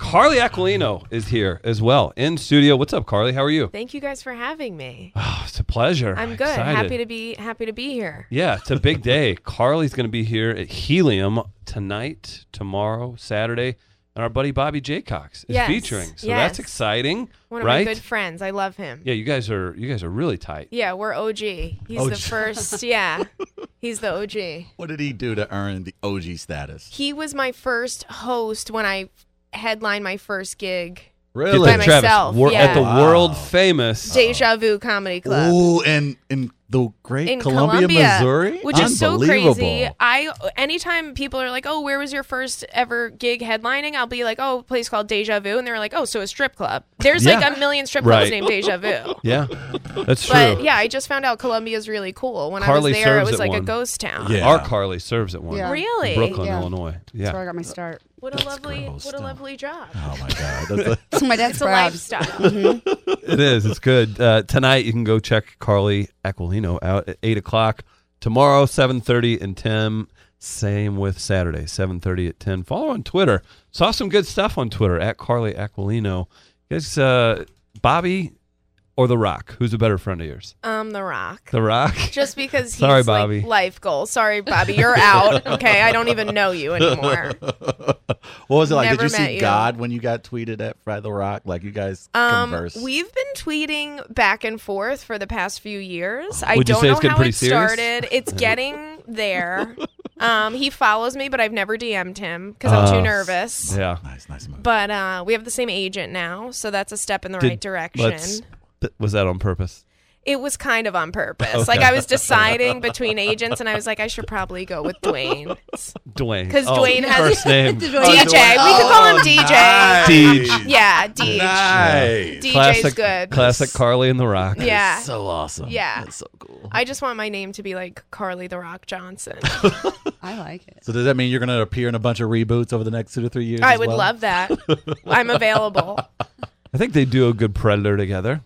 Carly Aquilino is here as well in studio. What's up, Carly? How are you? Thank you guys for having me. Oh, it's a pleasure. I'm good. Excited. Happy to be happy to be here. Yeah, it's a big day. Carly's going to be here at Helium tonight, tomorrow, Saturday, and our buddy Bobby Jaycox is Yes, featuring. So that's yes. exciting, One of right? my good friends. I love him. yeah, you guys are you guys are really tight. Yeah, we're OG. He's OG. the first. Yeah, he's the OG. What did he do to earn the OG status? He was my first host when I headlined my first gig, Really? By myself, We're at the yeah. world Wow. famous. Deja Vu Comedy Club. Ooh, and in the great in Columbia, Missouri, which is so crazy. Unbelievable. I anytime people are like, "Oh, where was your first ever gig headlining?" I'll be like, "Oh, a place called Deja Vu," and they're like, "Oh, so a strip club." There's Yeah. like a million strip clubs Right. named Deja Vu. Yeah, that's true. But yeah, I just found out Columbia's really cool. When Carly I was there, it serves was at like one. a ghost town. Yeah. Our Carly serves at one. Yeah. Really? In Brooklyn, Yeah. Illinois. That's where Yeah. I got my start. What a lovely, gross what a stuff. lovely job. Oh my god, that's a, So my It's dad's a proud. lifestyle. Mm-hmm. It is. It's good. Uh, tonight you can go check Carly Aquilino out at eight o'clock. Tomorrow, seven thirty and ten. Same with Saturday, seven thirty at ten. Follow on Twitter. Saw some good stuff on Twitter at Carly Aquilino. Guess uh, Bobby or The Rock. Who's a better friend of yours? um, The Rock. The Rock. Just because he's Sorry, like, Bobby. life goal. Sorry, Bobby, you're out. Okay, I don't even know you anymore. what was it like? Never did you met see you. God when you got tweeted at by the Rock? Like you guys Um, converse? we've been tweeting back and forth for the past few years. I Would you don't say know it's getting how pretty it serious? started. It's getting there. Um, he follows me, but I've never DM'd him because I'm Oh. too nervous. Yeah. nice, nice move. But uh, we have the same agent now, so that's a step in the Did- right let's- direction. th- was that on purpose? It was kind of on purpose. Okay. Like I was deciding between agents, and I was like, I should probably go with Dwayne. Dwayne. 'Cause Oh, Dwayne has- first name. Dwayne. DJ, we could call him DJ. Nice. Yeah, D. Nice. DJ's classic, good. Classic Carly and The Rock. Yeah. So awesome. Yeah. That's so cool. I just want my name to be like Carly the Rock Johnson. I like it. So does that mean you're going to appear in a bunch of reboots over the next two to three years? I as would well? love that. I'm available. I think they do a good Predator together.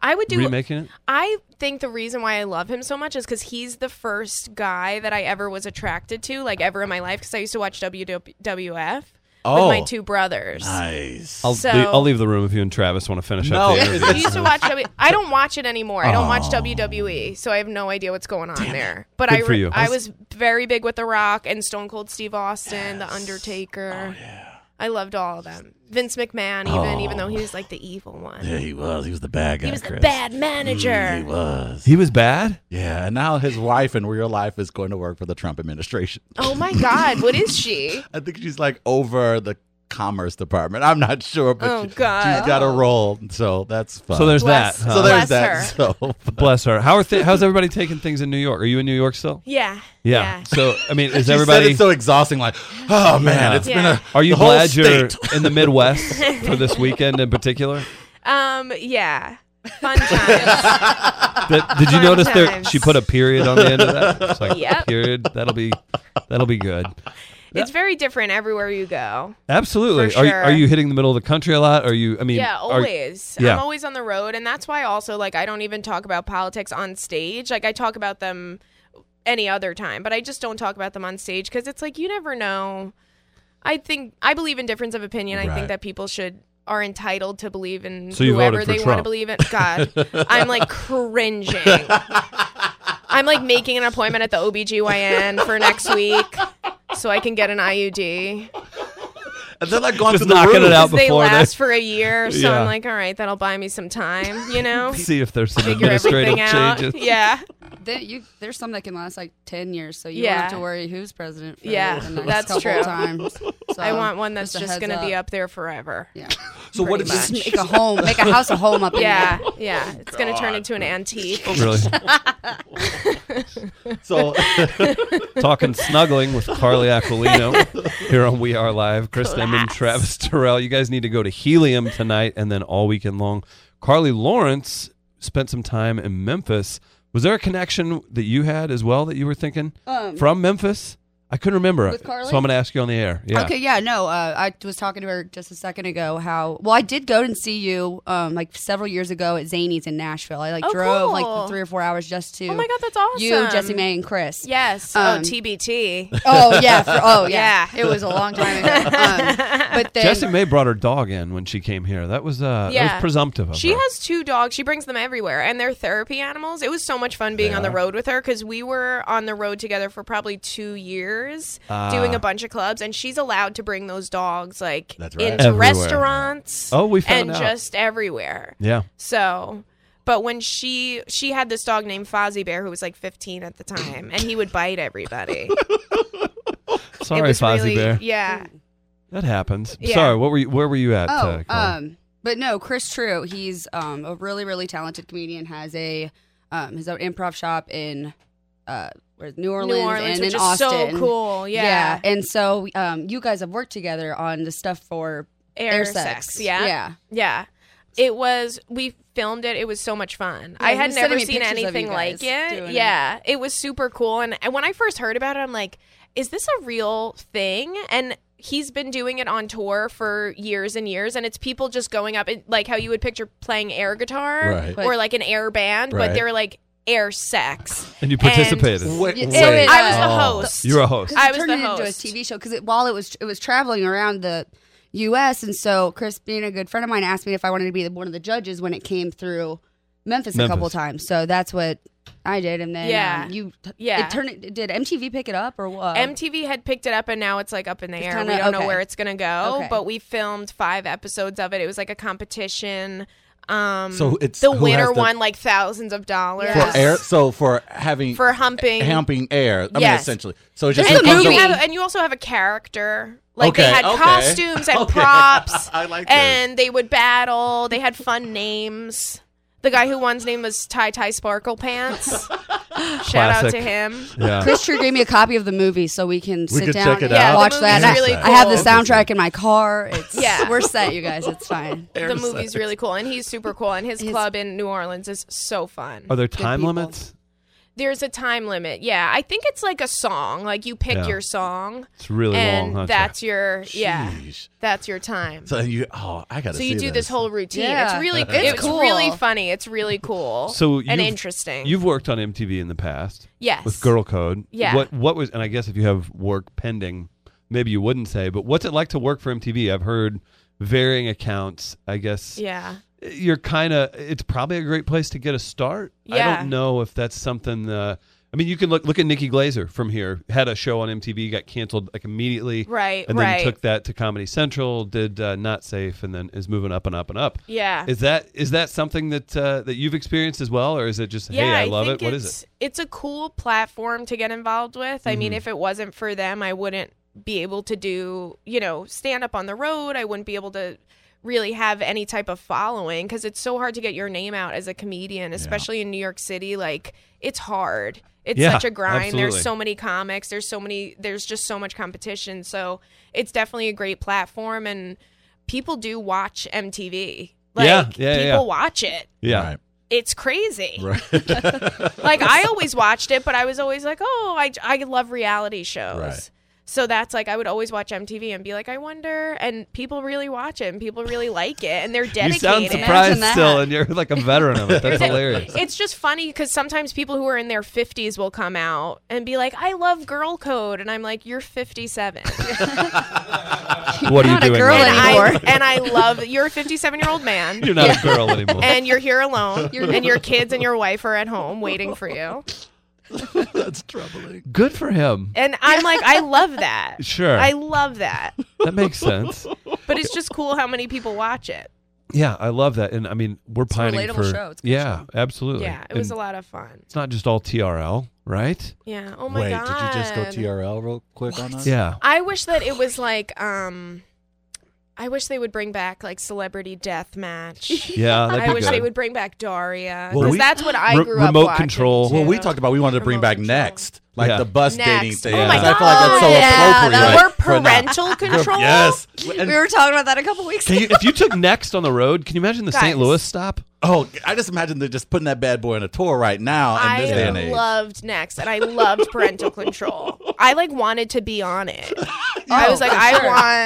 I would do. Remaking it. I think the reason why I love him so much is because he's the first guy that I ever was attracted to, like ever in my life. Because I used to watch WWF Oh. with my two brothers. Nice. I'll, So- le- I'll leave the room if you and Travis want to finish up No, the it's- interview. I used to watch. W- I don't watch it anymore. I don't watch Oh. WWE, so I have no idea what's going on there. But Good I, for you. I was very big with The Rock and Stone Cold Steve Austin, The Oh, Undertaker. I loved all of them. Vince McMahon, even even Oh. though he was like the evil one, Yeah, he was. He was the bad guy. he was the Chris. Mm, bad manager. He was. He was bad. Yeah, and now his wife in real life is going to work for the Trump administration. Oh my God, what is she? I think she's like over the Commerce Department. I'm not sure, but Oh, she, God. has got a role, so that's fun. So there's Bless- that. huh? so there's Bless that. So Bless her. How are thi- how's everybody taking things in New York? Are you in New York still? Yeah. So I mean, is She said everybody? it's so exhausting. Like, oh man, Yeah. it's been Yeah. a. are you the whole glad you're state. in the Midwest for this weekend in particular? Um. Yeah. Fun times. That, did you notice that Sometimes. she put a period on the end of that? It's like Yep. period. That'll be that'll be good. it's very different everywhere you go. Absolutely. For Are you, sure. are you hitting the middle of the country a lot? Are you? I mean, yeah, are- always. yeah. I'm always on the road, and that's why also like I don't even talk about politics on stage. Like I talk about them any other time, but I just don't talk about them on stage because it's like you never know. I think I believe in difference of opinion. I Right. think that people should are entitled to believe in So you voted whoever for they want Trump. to believe in. God, I'm like cringing. I'm like making an appointment at the OBGYN for next week so I can get an IUD. and then like going Just through the knocking it roof. out. they before they- last for a year. So Yeah. I'm like, all right, that'll buy me some time, you know? see if there's some Figure administrative everything out. changes. Yeah. Then you, there's some that can last like ten years, so you Yeah. don't have to worry who's president. For Yeah, the next that's couple true. Times. So, I want one that's a just heads going to be up there forever. Yeah, So what pretty is just this? make a home, make a house a home up. in Yeah. there. Yeah. It's going to turn into an antique. Really So talking snuggling with Carly Aquilino here on We Are Live. Chris Nemon, Class. Travis Terrell. You guys need to go to Helium tonight and then all weekend long. Carly Lawrence spent some time in Memphis. Was there a connection that you had as well that you were thinking Um, from Memphis? I I couldn't remember. With Carly? So I'm going to ask you on the air. Yeah. Okay, yeah, no, uh, I was talking to her just a second ago. How well I did go and see you um, like several years ago at Zany's in Nashville. I like Oh, cool. drove like three or four hours just to Oh my god, that's awesome. you, Jesse May, and Chris. Yes. Um, oh, TBT. Oh yeah, for, oh yeah. Yeah. It was a long time ago. Um, but then Jessie May brought her dog in when she came here. That was uh, that Yeah. was presumptive of She her. has two dogs. She brings them everywhere, and they're therapy animals. It was so much fun being They on the are. road with her because we were on the road together for probably two years, Ah. doing a bunch of clubs, and she's allowed to bring those dogs like That's right. into Everywhere. restaurants. Oh, we found and out. just everywhere. yeah. So, but when she she had this dog named Fozzie Bear who was like 15 at the time, and he would bite everybody. Sorry, Fozzie Bear. Yeah. That happens. Yeah. Sorry. What were you, where were you at? Oh, uh, Carly? um, but no, Chris True. He's um, a really, really talented comedian. Has a um, his own improv shop in uh, where's New Orleans, New Orleans, and which is in Austin. so cool. Yeah. and so um, you guys have worked together on the stuff for Air, air, sex. Yeah, yeah. Yeah. It was we filmed it. It was so much fun. I he had was sending never me seen pictures of you anything like guys it. doing it. Yeah. It. was super cool and and when I first heard about it I'm like, is this a real thing? And he's been doing it on tour for years and years and it's people just going up it- like how you would picture playing air guitar Right. or like an air band, Right. but they're like air sex. and you participated. Wait, Yeah, wait. so it- I was the Oh, host. You're a host. 'Cause I it was turned the it into a host. TV show because it, while it was it was traveling around the U.S. and so Chris, being a good friend of mine, asked me if I wanted to be one of the judges when it came through Memphis, a couple Memphis. times. So that's what I did, and then Yeah. um, you Yeah. It turned. it- Did MTV pick it up or what? MTV had picked it up and now it's like up in the Oh. It's air. kinda- we don't okay. know where it's gonna go. Okay. But we filmed five episodes of it. It was like a competition. Um, So it's the who winner has the- won like thousands of dollars For Yes. For air, so for having for humping. humping air. I mean, Yes. essentially. So it It's just a and, and becomes you movie. have, and you also have a character. Like they Okay, had okay. costumes and Okay. props, I like this. and they would battle. They had fun names. The guy who won's name was Ty Ty Sparkle Pants. Shout out to Classic. him. Yeah. Chris True gave me a copy of the movie so we can sit could down check it and out. Yeah, the watch movie's that. And I- really I, have the cool. soundtrack in my car. It's, Yeah. we're set, you guys. It's fine. Air the sex. movie's really cool, and he's super cool. And his club in New Orleans is so fun. Are there time people. limits? There's a time limit. Yeah, I think it's like a song. Like you pick Yeah. your song, It's really long. and Huh, Jack? that's your yeah, Jeez. that's your time. So, So you, oh, I gotta. you see do this. whole routine. Yeah. It's really It's it's, cool. really funny. It's really cool. So and you've- interesting. You've worked on MTV in the past yes with Girl Code. Yeah. What what was and I guess if you have work pending, maybe you wouldn't say, but what's it like to work for MTV? I've heard varying accounts. I guess Yeah. you're kind of it's probably a great place to get a start. I Yeah. don't know if that's something uh I mean, you can look look at Nikki Glazer from here. Had a show on MTV, got canceled like immediately, Right. and right. then took that to Comedy Central. Did uh, Not Safe, and then is moving up and up and up. yeah. Is that is that something that uh, that you've experienced as well, or is it just hey, I, love it? think What is it? it's, It's a cool platform to get involved with. I mean, Mhm. if it wasn't for them, I wouldn't be able to do, you know, stand up on the road. I wouldn't be able to really have any type of following because it's so hard to get your name out as a comedian, especially in New York City. Like, it's hard. It's Yeah, such a grind. absolutely. There's so many comics. There's so many, there's just so much competition. So it's definitely a great platform. And people do watch MTV. Like, Yeah, yeah, people yeah. watch it. Yeah, It's crazy Right. right. like I always watched it, but I was always like, oh, I, I love reality shows. Right. So that's like I would always watch MTV and be like, I wonder, and people really watch it, and people really like it, and they're you dedicated. sound Imagine surprised that. still, and you're like a veteran of it. That's hilarious. It's just funny because sometimes people who are in their 50s will come out and be like, I love girl code. And I'm like, you're 57. What are you Not a doing? girl right and, now? I, anymore. and I love, you're a 57 year old man. You're not a girl anymore. and you're here alone, You're- and your kids and your wife are at home waiting for you. That's troubling. Good for him. And I'm like, I love that. Sure, I love that. that makes sense. but it's just cool how many people watch it. Yeah, I love that, and I mean we're a pining relatable for show. It's a good yeah, absolutely. Yeah, it was And a lot of fun. It's not just all TRL, right? Yeah. Oh my Wait, god. did you just go TRL real quick on us? Yeah, I wish that it was like um I wish they would bring back like celebrity death match. yeah. That'd be I wish good. they would bring back Daria Well, because we- that's what I Re- grew up remote watching, control. too. Well, we talked about we wanted to bring Remote back control. next Like Yeah. the bus dating Next. thing. Oh Yeah. my God. I feel like that's so Yeah, appropriate. that word for now. parental control. Yes. we were talking about that a couple weeks Can ago. you, if you took next on the road, can you imagine the Guys. St. Louis stop? Oh, I just imagine they're just putting that bad boy on a tour right now in this day I and age. loved Next, and I loved parental control. I like wanted to be on it. I was like, I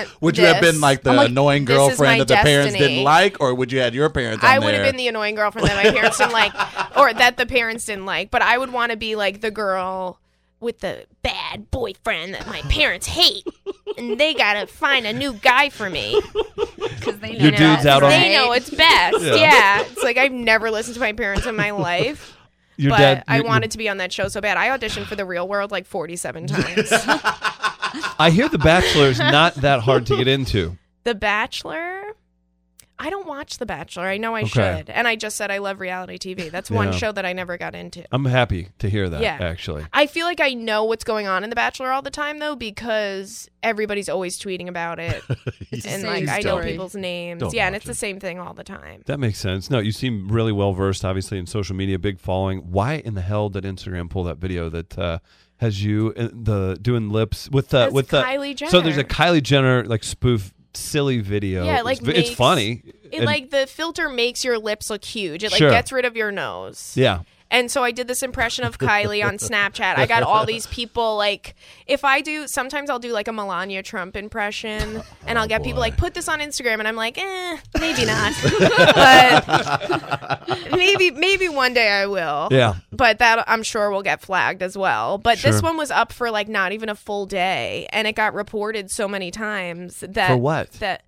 want. Oh, would you have this. been like the I'm like, annoying this is my girlfriend that the parents destiny. didn't like, or would you had your parents? On I would have there? been the annoying girlfriend that my parents didn't like, or that the parents didn't like. But I would want to be like the girl with the bad boyfriend that my parents hate, and they gotta find a new guy for me. Because they know Your dude's out on- They know it's best. Yeah. Yeah. it's like I've never listened to my parents in my life, Your but dad. I your- your- wanted to be on that show so bad. I auditioned for The Real World like forty-seven times. I hear The Bachelor is not that hard to get into. The Bachelor. I don't watch The Bachelor. I know I Okay. should. And I just said I love reality TV. That's one Yeah. show that I never got into. I'm happy to hear that. Yeah. Actually, I feel like I know what's going on in The Bachelor all the time though because everybody's always tweeting about it and Same like I know story. people's names. Don't yeah, and watch it's the same thing all the time. that makes sense. No, you seem really well versed, obviously, in social media, big following. Why in the hell did Instagram pull that video that uh, has you uh, the doing lips with the That's with the Kylie Jenner. So there's a Kylie Jenner like spoof silly video. Yeah, it, like, it's, v- makes- it's funny. It And- like the filter makes your lips look huge. It like Sure. gets rid of your nose. yeah, And so I did this impression of Kylie on Snapchat. I got all these people like, if I do, sometimes I'll do like a Melania Trump impression, and I'll get people boy. like, put this on Instagram, and I'm like, eh, maybe not, but maybe maybe one day I will. yeah. But that I'm sure will get flagged as well. But this Sure. one was up for like not even a full day, and it got reported so many times that For what? that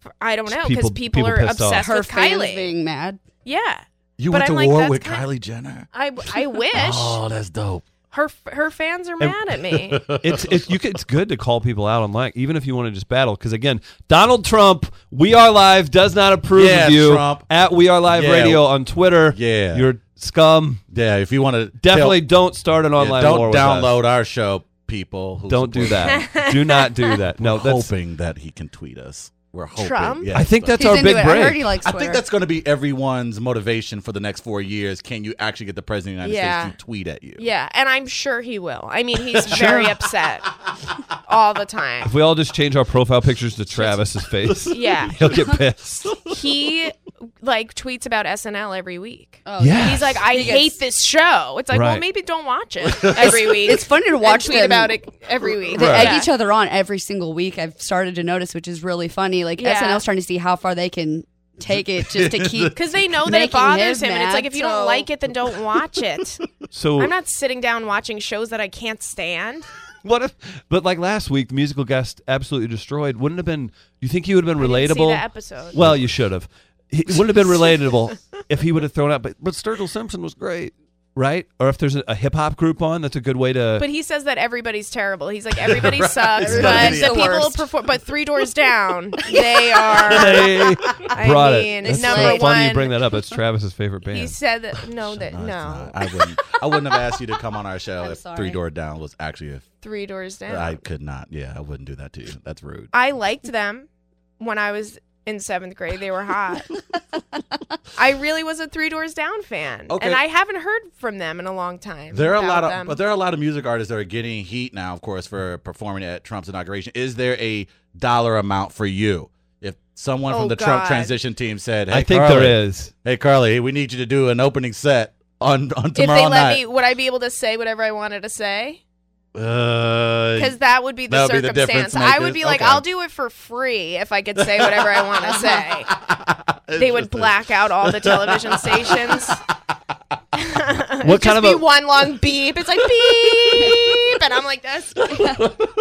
for- I don't know people- because people, people are pissed off. obsessed Her with fans Kylie. being mad. yeah, you But went to I'm like, war that's with kind- Kylie Jenner. I I wish. Oh, that's dope. Her her fans are mad at me. it's it's you, can- it's good to call people out online, even if you want to just battle. Because again, Donald Trump, We Are Live does not approve Yeah, of you. Trump. At We Are Live Yeah. Radio on Twitter, Yeah. you're scum. Yeah, if you want to Definitely don't start an online war don't with us. download our show, people. who Don't do support us. that. do not do that. No, We're that's. hoping that he can tweet us. We're hoping. Trump? I think that's He's our into big it. I heard he break. likes I Twitter. think that's going to be everyone's motivation for the next four years. Can you actually get the president of the United Yeah. States to tweet at you? Yeah, and I'm sure he will. I mean, he's very upset all the time. If we all just change our profile pictures to Travis's face, Yeah, he'll get pissed. he like tweets about SNL every week. Oh, Yeah. He's like, I He gets- hate this show. It's like, well, Right. maybe don't watch it every week. It's funny to watch and tweet them. about it every week. They Yeah. egg each other on every single week. I've started to notice, which is really funny. Like Yeah. SNL's trying to see how far they can take it just to keep. because they know that it Making bothers him him, and it's mad, like if you so- don't like it, then don't watch it. So I'm not sitting down watching shows that I can't stand. what if? But like last week, the musical guest absolutely destroyed. Wouldn't have been. You think he would have been I didn't see relatable? the episode. Well, you should have. He it wouldn't have been relatable if he would have thrown out. But but Sturgill Simpson was great, right? Or if there's a, a hip hop group on, that's a good way to. But he says that everybody's terrible. He's like everybody sucks, but Everybody's the the people worst. perform. But three doors down, they are. they brought mean, it. That's number so funny you one- bring that up. That's Travis's favorite band. He said that no, that No, no, it's not. I wouldn't. I wouldn't have asked you to come on our show I'm if sorry. Three Door Down was actually. If three doors down. I I, could not. Yeah, I wouldn't do that to you. That's rude. liked them when I was in seventh grade. They were hot. I really was a three doors down fan, Okay. and I haven't heard from them in a long time. There are a about lot of, them. but there are a lot of music artists that are getting heat now, of course, for performing at Trump's inauguration. Is there a dollar amount for you? If someone Oh, from the God. Trump transition team said, "Hey, I think Carly, there is. Hey, Carly, we need you to do an opening set on on if tomorrow they let night." me, would I be able to say whatever I wanted to say? Uh, Because that would be the That would be the circumstance. difference I maker. would be like, Okay. I'll do it for free if I could say whatever I want to say. they would Interesting. black out all the television stations. It'd What kind just of be a- one long beep? It's like beep, and I'm like this,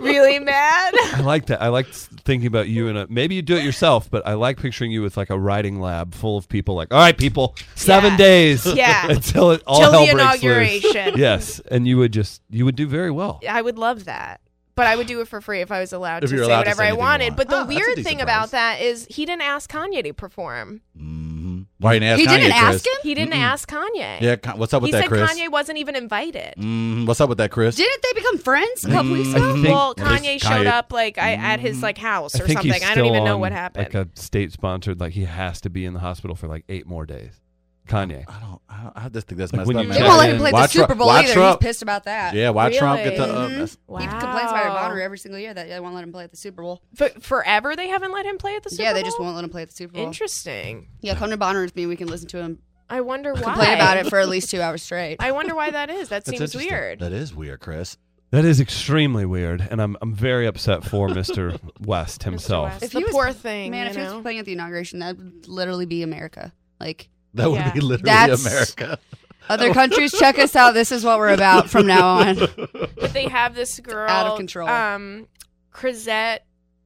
really mad. I like that. I like s- thinking about you and maybe you do it yourself, but I like picturing you with like a writing lab full of people. Like, all right, people, seven Yeah. days, Yeah. until it all Till hell the breaks loose. inauguration. Yes, and you would just you would do very well. I would love that. But I would do it for free if I was allowed If to you say were allowed to whatever say I anything you wanted. want. But the Ah, that's a weird decent thing price. about that is he didn't ask Kanye to perform. Mhm. Why you didn't ask He Kanye, didn't ask Chris? him? He didn't ask Kanye. Yeah, Con- what's up with he that, said Chris? Kanye wasn't even invited. Mhm. What's up with that, Chris? Mm-hmm. Didn't they become friends a couple weeks Mm, I ago? think- well, Well, Kanye just showed Kanye- up like I, at his like house I or think something. he's I don't still even know on, what happened. Like a state sponsored, like he has to be in the hospital for like eight more days. Kanye. I don't. I, don't, I just think that's Like, messed when up. you They check won't Well, man. let him in. play Why the Tru- Super Bowl why either. Trump- He's pissed about that. Yeah, why Trump get the? Really? Uh, Mhm. that's- Wow. He complains about Oh. it Honor every single year that they won't let him play at the Super Bowl. F- forever they haven't let him play at the Super yeah, they just Bowl? won't let him play at the Super Bowl. Interesting. Yeah, come to Bonner with me. We can listen to him I wonder why. complain about it for at least two hours straight. I wonder why that is. That that's seems interesting. weird. That is weird, Chris. That is extremely weird, and I'm I'm very upset for Mr. West himself. West. The poor thing, man. you if he know? was playing at the inauguration, that would literally be America. Like That Yeah. would be literally That's- America. other countries, check us out. This is what we're about from now on. But they have this girl out of control. Um, Chrisette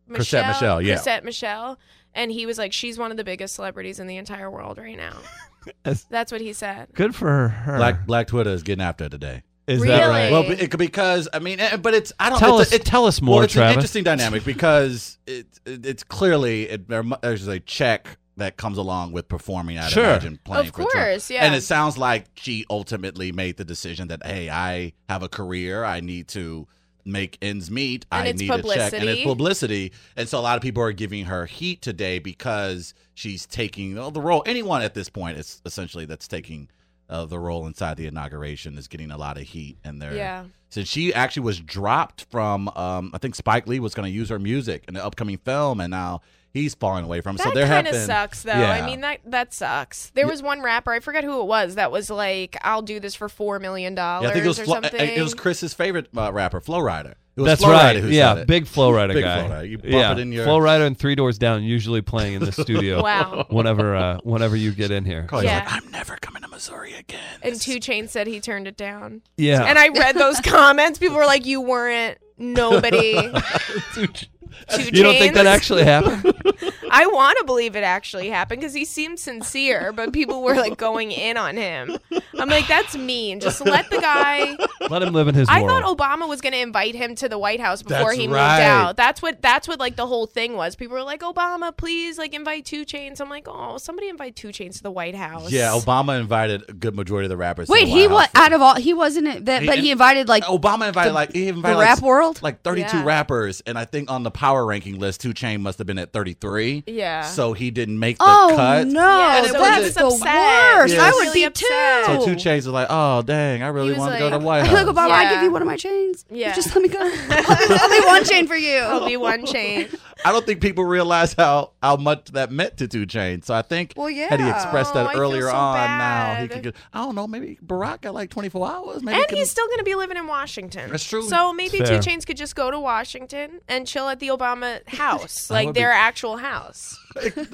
Michelle. Chrisette Michelle, yeah. Chrisette Michelle, and he was like, she's one of the biggest celebrities in the entire world right now. As- That's what he said. Good for her. Black Black Twitter is getting after it today. is Really? that right? Well, be- it- because I mean, eh, but it's I don't Tell it's us a- it- tell us more, well, it's an Travis. interesting dynamic because it, it it's clearly it, there, mu- there's a check that comes along with performing. I'd Sure. imagine playing of for Trump. course, yeah. And it sounds like she ultimately made the decision that hey, I have a career, I need to make ends meet, And I it's need a check, and it's publicity. publicity. And so a lot of people are giving her heat today because she's taking uh, the role. Anyone at this point is essentially that's taking uh, the role inside the inauguration is getting a lot of heat, and they're yeah. so she actually was dropped from, um, I think Spike Lee was going to use her music in the upcoming film, and now he's falling away from. it. so That there have kind of been sucks, though. Yeah. I mean, that that sucks. There was one rapper, I forget who it was, that was like, "I'll do this for four million dollars Yeah, I think it was or Flo- something." it was Chris's favorite uh, rapper, Flow Rider. It was That's Flo right. Rida who yeah, said it. big Flow Rider Big guy. Flo Rida. You bump yeah, it in your- Flow Rider and Three Doors Down usually playing in the studio. Wow. Whenever uh, whenever you get in here. Carly's Yeah. like, I'm never coming to Missouri again. and Two Chain said he turned it down. Yeah. And I read those comments. People were like, "You weren't nobody." Two you don't think that Chainz? actually happened? I want to believe it actually happened because he seemed sincere, but people were like going in on him. I'm like, that's mean. Just let the guy. Let him live in his I world. thought Obama was going to invite him to the White House before That's he right. moved out. That's what that's what like the whole thing was. People were like, Obama, please like invite Two Chains. I'm like, oh, somebody invite Two Chains to the White House. yeah, Obama invited a good majority of the rappers. to Wait, the he White was House. out of all he wasn't it that, He- but he invited like Obama invited the- like he invited the like, rap world. like 32 Yeah. rappers, and I think on the power ranking list, Two Chain must have been at 33. Yeah. So he didn't make the oh cut. no, Yeah, And it that's was the worst. upset. Yes. I would Really be upset. too. So Two Chains was like, oh dang, I really was want to go like- to the White House. Look, Obama, I Yeah. give you one of my chains. Yeah. just let me go. Only one chain for you. I'll be one chain. I don't think people realize how how much that meant to Two Chains. So I think Well, had he yeah. expressed Oh, that I feel earlier so on, now he bad. could get. I don't know. Maybe Barack got like 24 hours. Maybe he And can- he's still going to be living in Washington. That's true. So maybe Fair. Two Chains could just go to Washington and chill at the Obama house, That like would be- their actual house.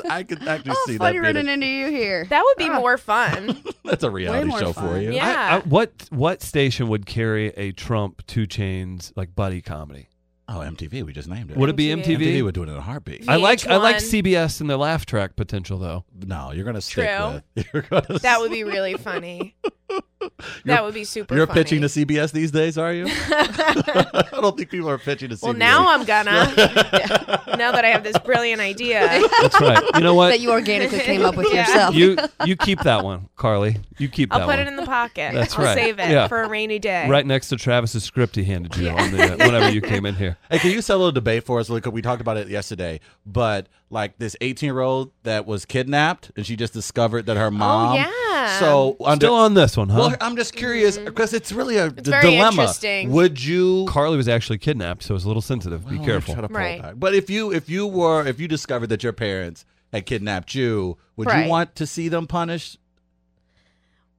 I could actually Oh, see that. funny being running a- into you here. That would be Ah. more fun. That's a reality more show for fun. you. oh, Yeah. I- I- what what station would carry a Trump Two Chains like buddy comedy? Oh, MTV. We just named it. Would it be MTV? MTV? MTV would do it in a heartbeat. I like I like VH1. CBS and their laugh track potential though. No, you're gonna stick True. with. You're gonna. That would be really funny. You're- that would be super. you're funny. pitching to CBS these days, are you? I don't think people are pitching to CBS. well, now I'm gonna. now that I have this brilliant idea, That's right. You know what? that you organically came up with Yeah. yourself. you you keep that one, Carly. You keep I'll that put one. it in the pocket. That's I'll right. save it Yeah. for a rainy day. right next to Travis's script he handed you on the, whenever you came in here. Hey, can you settle a debate for us? Like, we talked about it yesterday, but like this 18 year old that was kidnapped and she just discovered that her mom. Oh, yeah. Mm-hmm. So, under. Still on this one, huh? well, I'm just curious because it's really a d- very dilemma. interesting. Would you. Carly was actually kidnapped, so it's a little sensitive. Be Oh, Well, careful. try to pull Right. back. But if you if you were if you discovered that your parents had kidnapped you, would Right. you want to see them punished?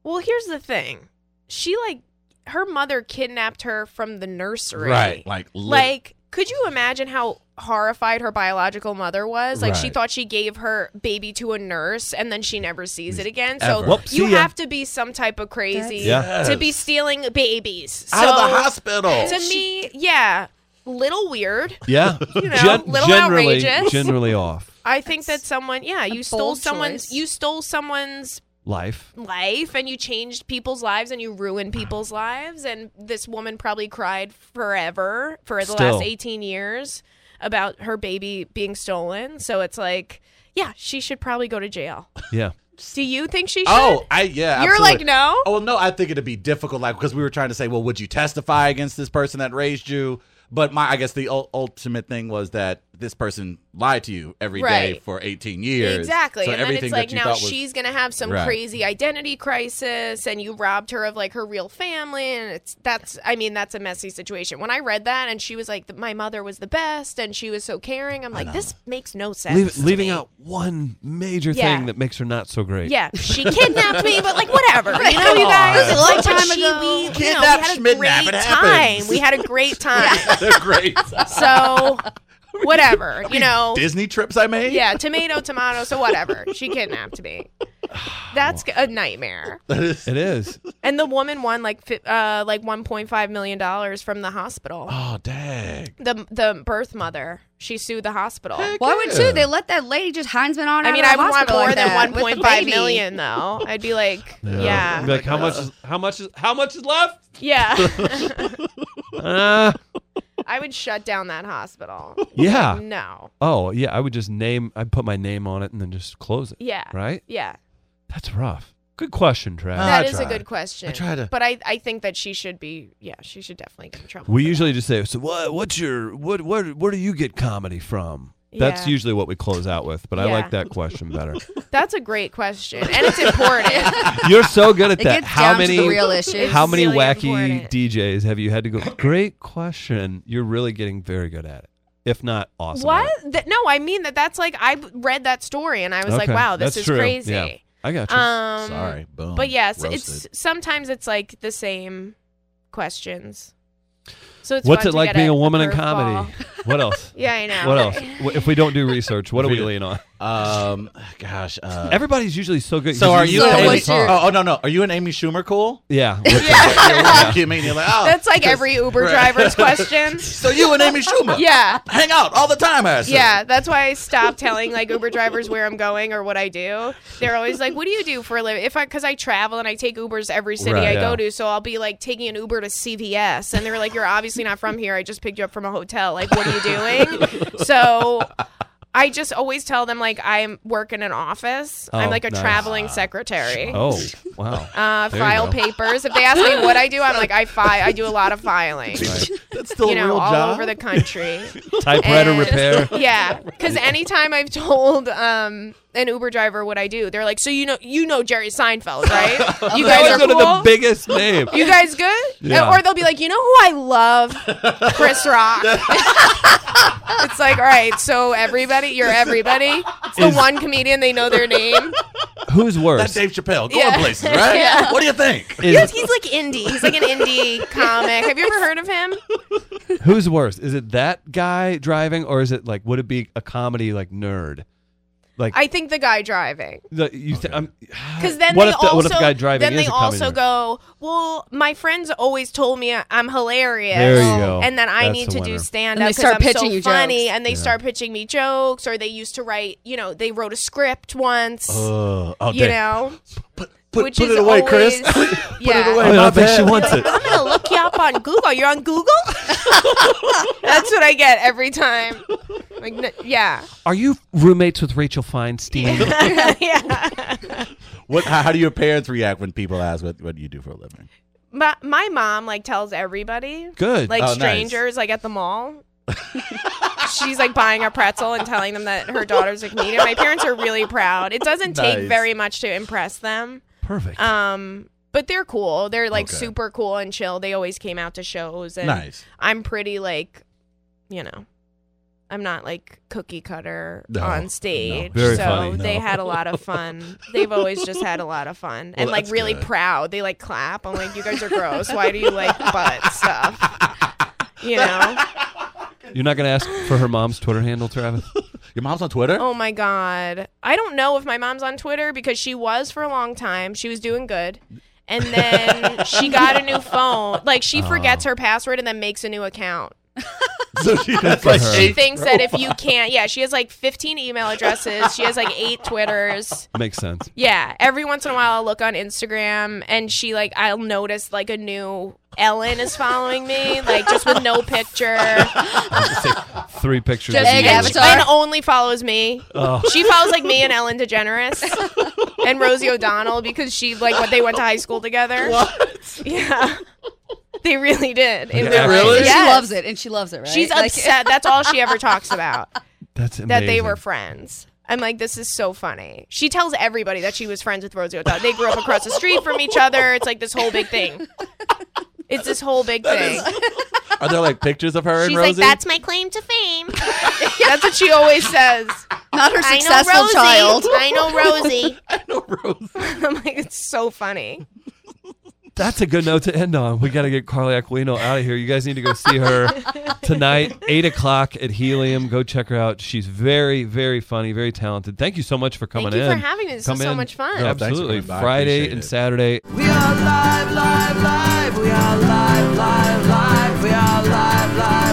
Well, here's the thing. She like her mother kidnapped her from the nursery. Like lit- Like, could you imagine how horrified her biological mother was? Like, she Right. thought she gave her baby to a nurse and then she never sees it again. Ever. So, Whoops, you see ya. have to be some type of crazy That's- to be stealing babies. So, out of the hospital. to me, yeah, little weird. Yeah, You know, little generally, outrageous. generally off I think that someone, yeah, you stole bold someone's, choice. you stole someone's life. life and you changed people's lives and you ruined people's lives and this woman probably cried forever for the Still. last 18 years about her baby being stolen so it's like yeah she should probably go to jail Yeah, do you think she should Oh, I yeah. you're absolutely. like no Oh well, no, I think it'd be difficult, like because we were trying to say, well, would you testify against this person that raised you? But my, I guess the ul- ultimate thing was that this person lied to you every day Right. for 18 years. Exactly. So and then everything it's like that you now thought was she's going to have some Right. crazy identity crisis and you robbed her of like her real family and it's that's I mean that's a messy situation. When I read that and she was like my mother was the best and she was so caring, I'm like this makes no sense. Leave, to leaving me. out one major Yeah. thing that makes her not so great. Yeah, she kidnapped me, but like whatever, you know, you guys. It was a long Like, but time she- ago. we, you know, we Kidnap, had a schmidnap, great it happens. time. We had a great time. they're great. So whatever, you know. Disney trips I made. Yeah, tomato, tomato. So whatever. She kidnapped me. That's a nightmare. It is. And the woman won like fi- uh like 1.5 million dollars from the hospital. Oh, dang. The the birth mother. She sued the hospital. Why would you? They let that lady just Heinzman on. I out mean, of I would the want hospital more like than that with 1.5 the baby. million though. I'd be like, I'd yeah. be like, how much? Is, how much is? How much is left? Yeah. Uh, I would shut down that hospital. yeah. No. Oh, yeah. I would just name. I'd put my name on it and then just close it. Yeah. Right. Yeah. That's rough. Good question, Trav. Uh, That I is a tried. good question. I tried to- But I, I think that she should be, yeah, she should definitely get in trouble. we for usually just say, "So what? What's your what? Where? Where do you get comedy from?" That's Yeah. usually what we close out with. But I Yeah. like that question better. that. That's a great question. And it's important. You're so good at It that. gets How down to the many? real issues? How many really wacky important. DJs have you had to go? Great question. You're really getting very good at it, if not awesome. at it." What? Th- no, I mean that. That's like I b- read that story and I was like, Okay, wow, this that's is true. crazy. Yeah. I got you. Um, Sorry. Boom. but yes, it's Roasted. sometimes it's like the same questions. So it's What's fun it to like get being a- a woman in curveball. comedy? What else? Yeah, I know. What else? Wh- If we don't do research, what do we Yeah. lean on? um, gosh. Uh, Everybody's usually so good. so are you? So an Amy, what's your- oh, oh, no, no. Are you an Amy Schumer cool? Yeah. You're like, you mean, you're like, oh, That's like every Uber Right. driver's question. So you and Amy Schumer. Yeah. Hang out all the time, I assume. Yeah, that's why I stopped telling like Uber drivers where I'm going or what I do. They're always like, "What do you do for a living?" If I because I travel and I take Ubers every city Right, I yeah. go to, so I'll be like taking an Uber to CVS, and they're like, "You're obviously not from here. I just picked you up from a hotel. Like, what are you doing?" so. I just always tell them like I work in an office. Oh, I'm like a nice. traveling secretary. Oh wow. Uh, There you file go. papers. If they ask me what I do, I'm like I fi- I do a lot of filing. That's still You a real know, all job. over the country. Typewriter And- repair. Yeah, because anytime I've told um, an Uber driver what I do, they're like, "So you know, you know Jerry Seinfeld, right? You guys That are was one of the cool. biggest name. you guys good?" Yeah. Or they'll be like, "You know who I love? Chris Rock." it's like, all right, so everybody, you're everybody. It's the Is- one comedian they know their name. Who's That's worse? Dave Chappelle going Yeah. places, right? Yeah. What do you think? Is, He's like indie. He's like an indie comic. Have you ever heard of him? who's worse? Is it that guy driving, or is it like would it be a comedy like nerd? Like I think the guy driving. the, you th- I'm, Because then what they if the, also what if the guy driving then is they a comedy also nerd? go, well, my friends always told me I'm hilarious, There you go. and then I That's need the to winner. do stand And up because they start I'm so pitching you funny, jokes. and they start pitching me jokes, or they used to write, you know, they wrote a script once, Uh, oh, you Dave, know, put, which put is it away, always, Chris. yeah. Put it away. Oh, I my don't think she bad. wants Like, it. I'm gonna look you up on Google. You're on Google. That's what I get every time. Like, n- yeah, Are you roommates with Rachel Feinstein? yeah. What, how, how do your parents react when people ask what, what do you do for a living? My, my mom like tells everybody Good. like Oh, nice. strangers like at the mall. She's like buying a pretzel and telling them that her daughter's a comedian. My parents are really proud. It doesn't take Nice. very much to impress them. Perfect. Um, but they're cool. They're like Okay. super cool and chill. They always came out to shows and Nice. I'm pretty like, you know, I'm not like cookie cutter No, no. on stage. Very so funny. they No. had a lot of fun. They've always just had a lot of fun and like that's really good. proud. They like clap. I'm like, you guys are gross. Why do you like butt stuff? You know? You're not gonna ask for her mom's Twitter handle, Travis. Your mom's on Twitter? Oh my god. I don't know if my mom's on Twitter because she was for a long time. She was doing good. And then she got a new phone. Like she Uh-huh. forgets her password and then makes a new account. So she has for like her. She eight. thinks that if you can't, yeah, she has like 15 email addresses. She has like eight Twitters. Makes sense. Yeah, every once in a while I'll look on Instagram and she like I'll notice like a new Ellen is following me, like just with no picture. Three pictures. Just of Egg you. and, avatar. and only follows me. Oh. She follows like me and Ellen DeGeneres and Rosie O'Donnell because she like what they went to high school together. Yeah. They really did. Yeah, In real life. Really? She Yes. loves it, and she loves it, right? She's Like- upset. That's all she ever talks about. That's amazing. that they were friends. I'm like, this is so funny. She tells everybody that she was friends with Rosie O'Donnell. They grew up across the street from each other. It's like this whole big thing. It's this whole big thing. Are there like pictures of her She's and Rosie? like, that's my claim to fame. that's what she always says. not her I know successful Rosie. child. I know Rosie. I know Rosie. I'm like, it's so funny. That's a good note to end on. We got to get Carly Aquino out of here. You guys need to go see her tonight, 8 o'clock at Helium. Go check her out. She's very, very funny, very talented. Thank you so much for coming Thank in. you for having me. This Come was so in. much fun. Yeah, thanks for absolutely. coming by. Friday Appreciate and it. Saturday. We are live, live, live. We are live, live, live. We are live, live.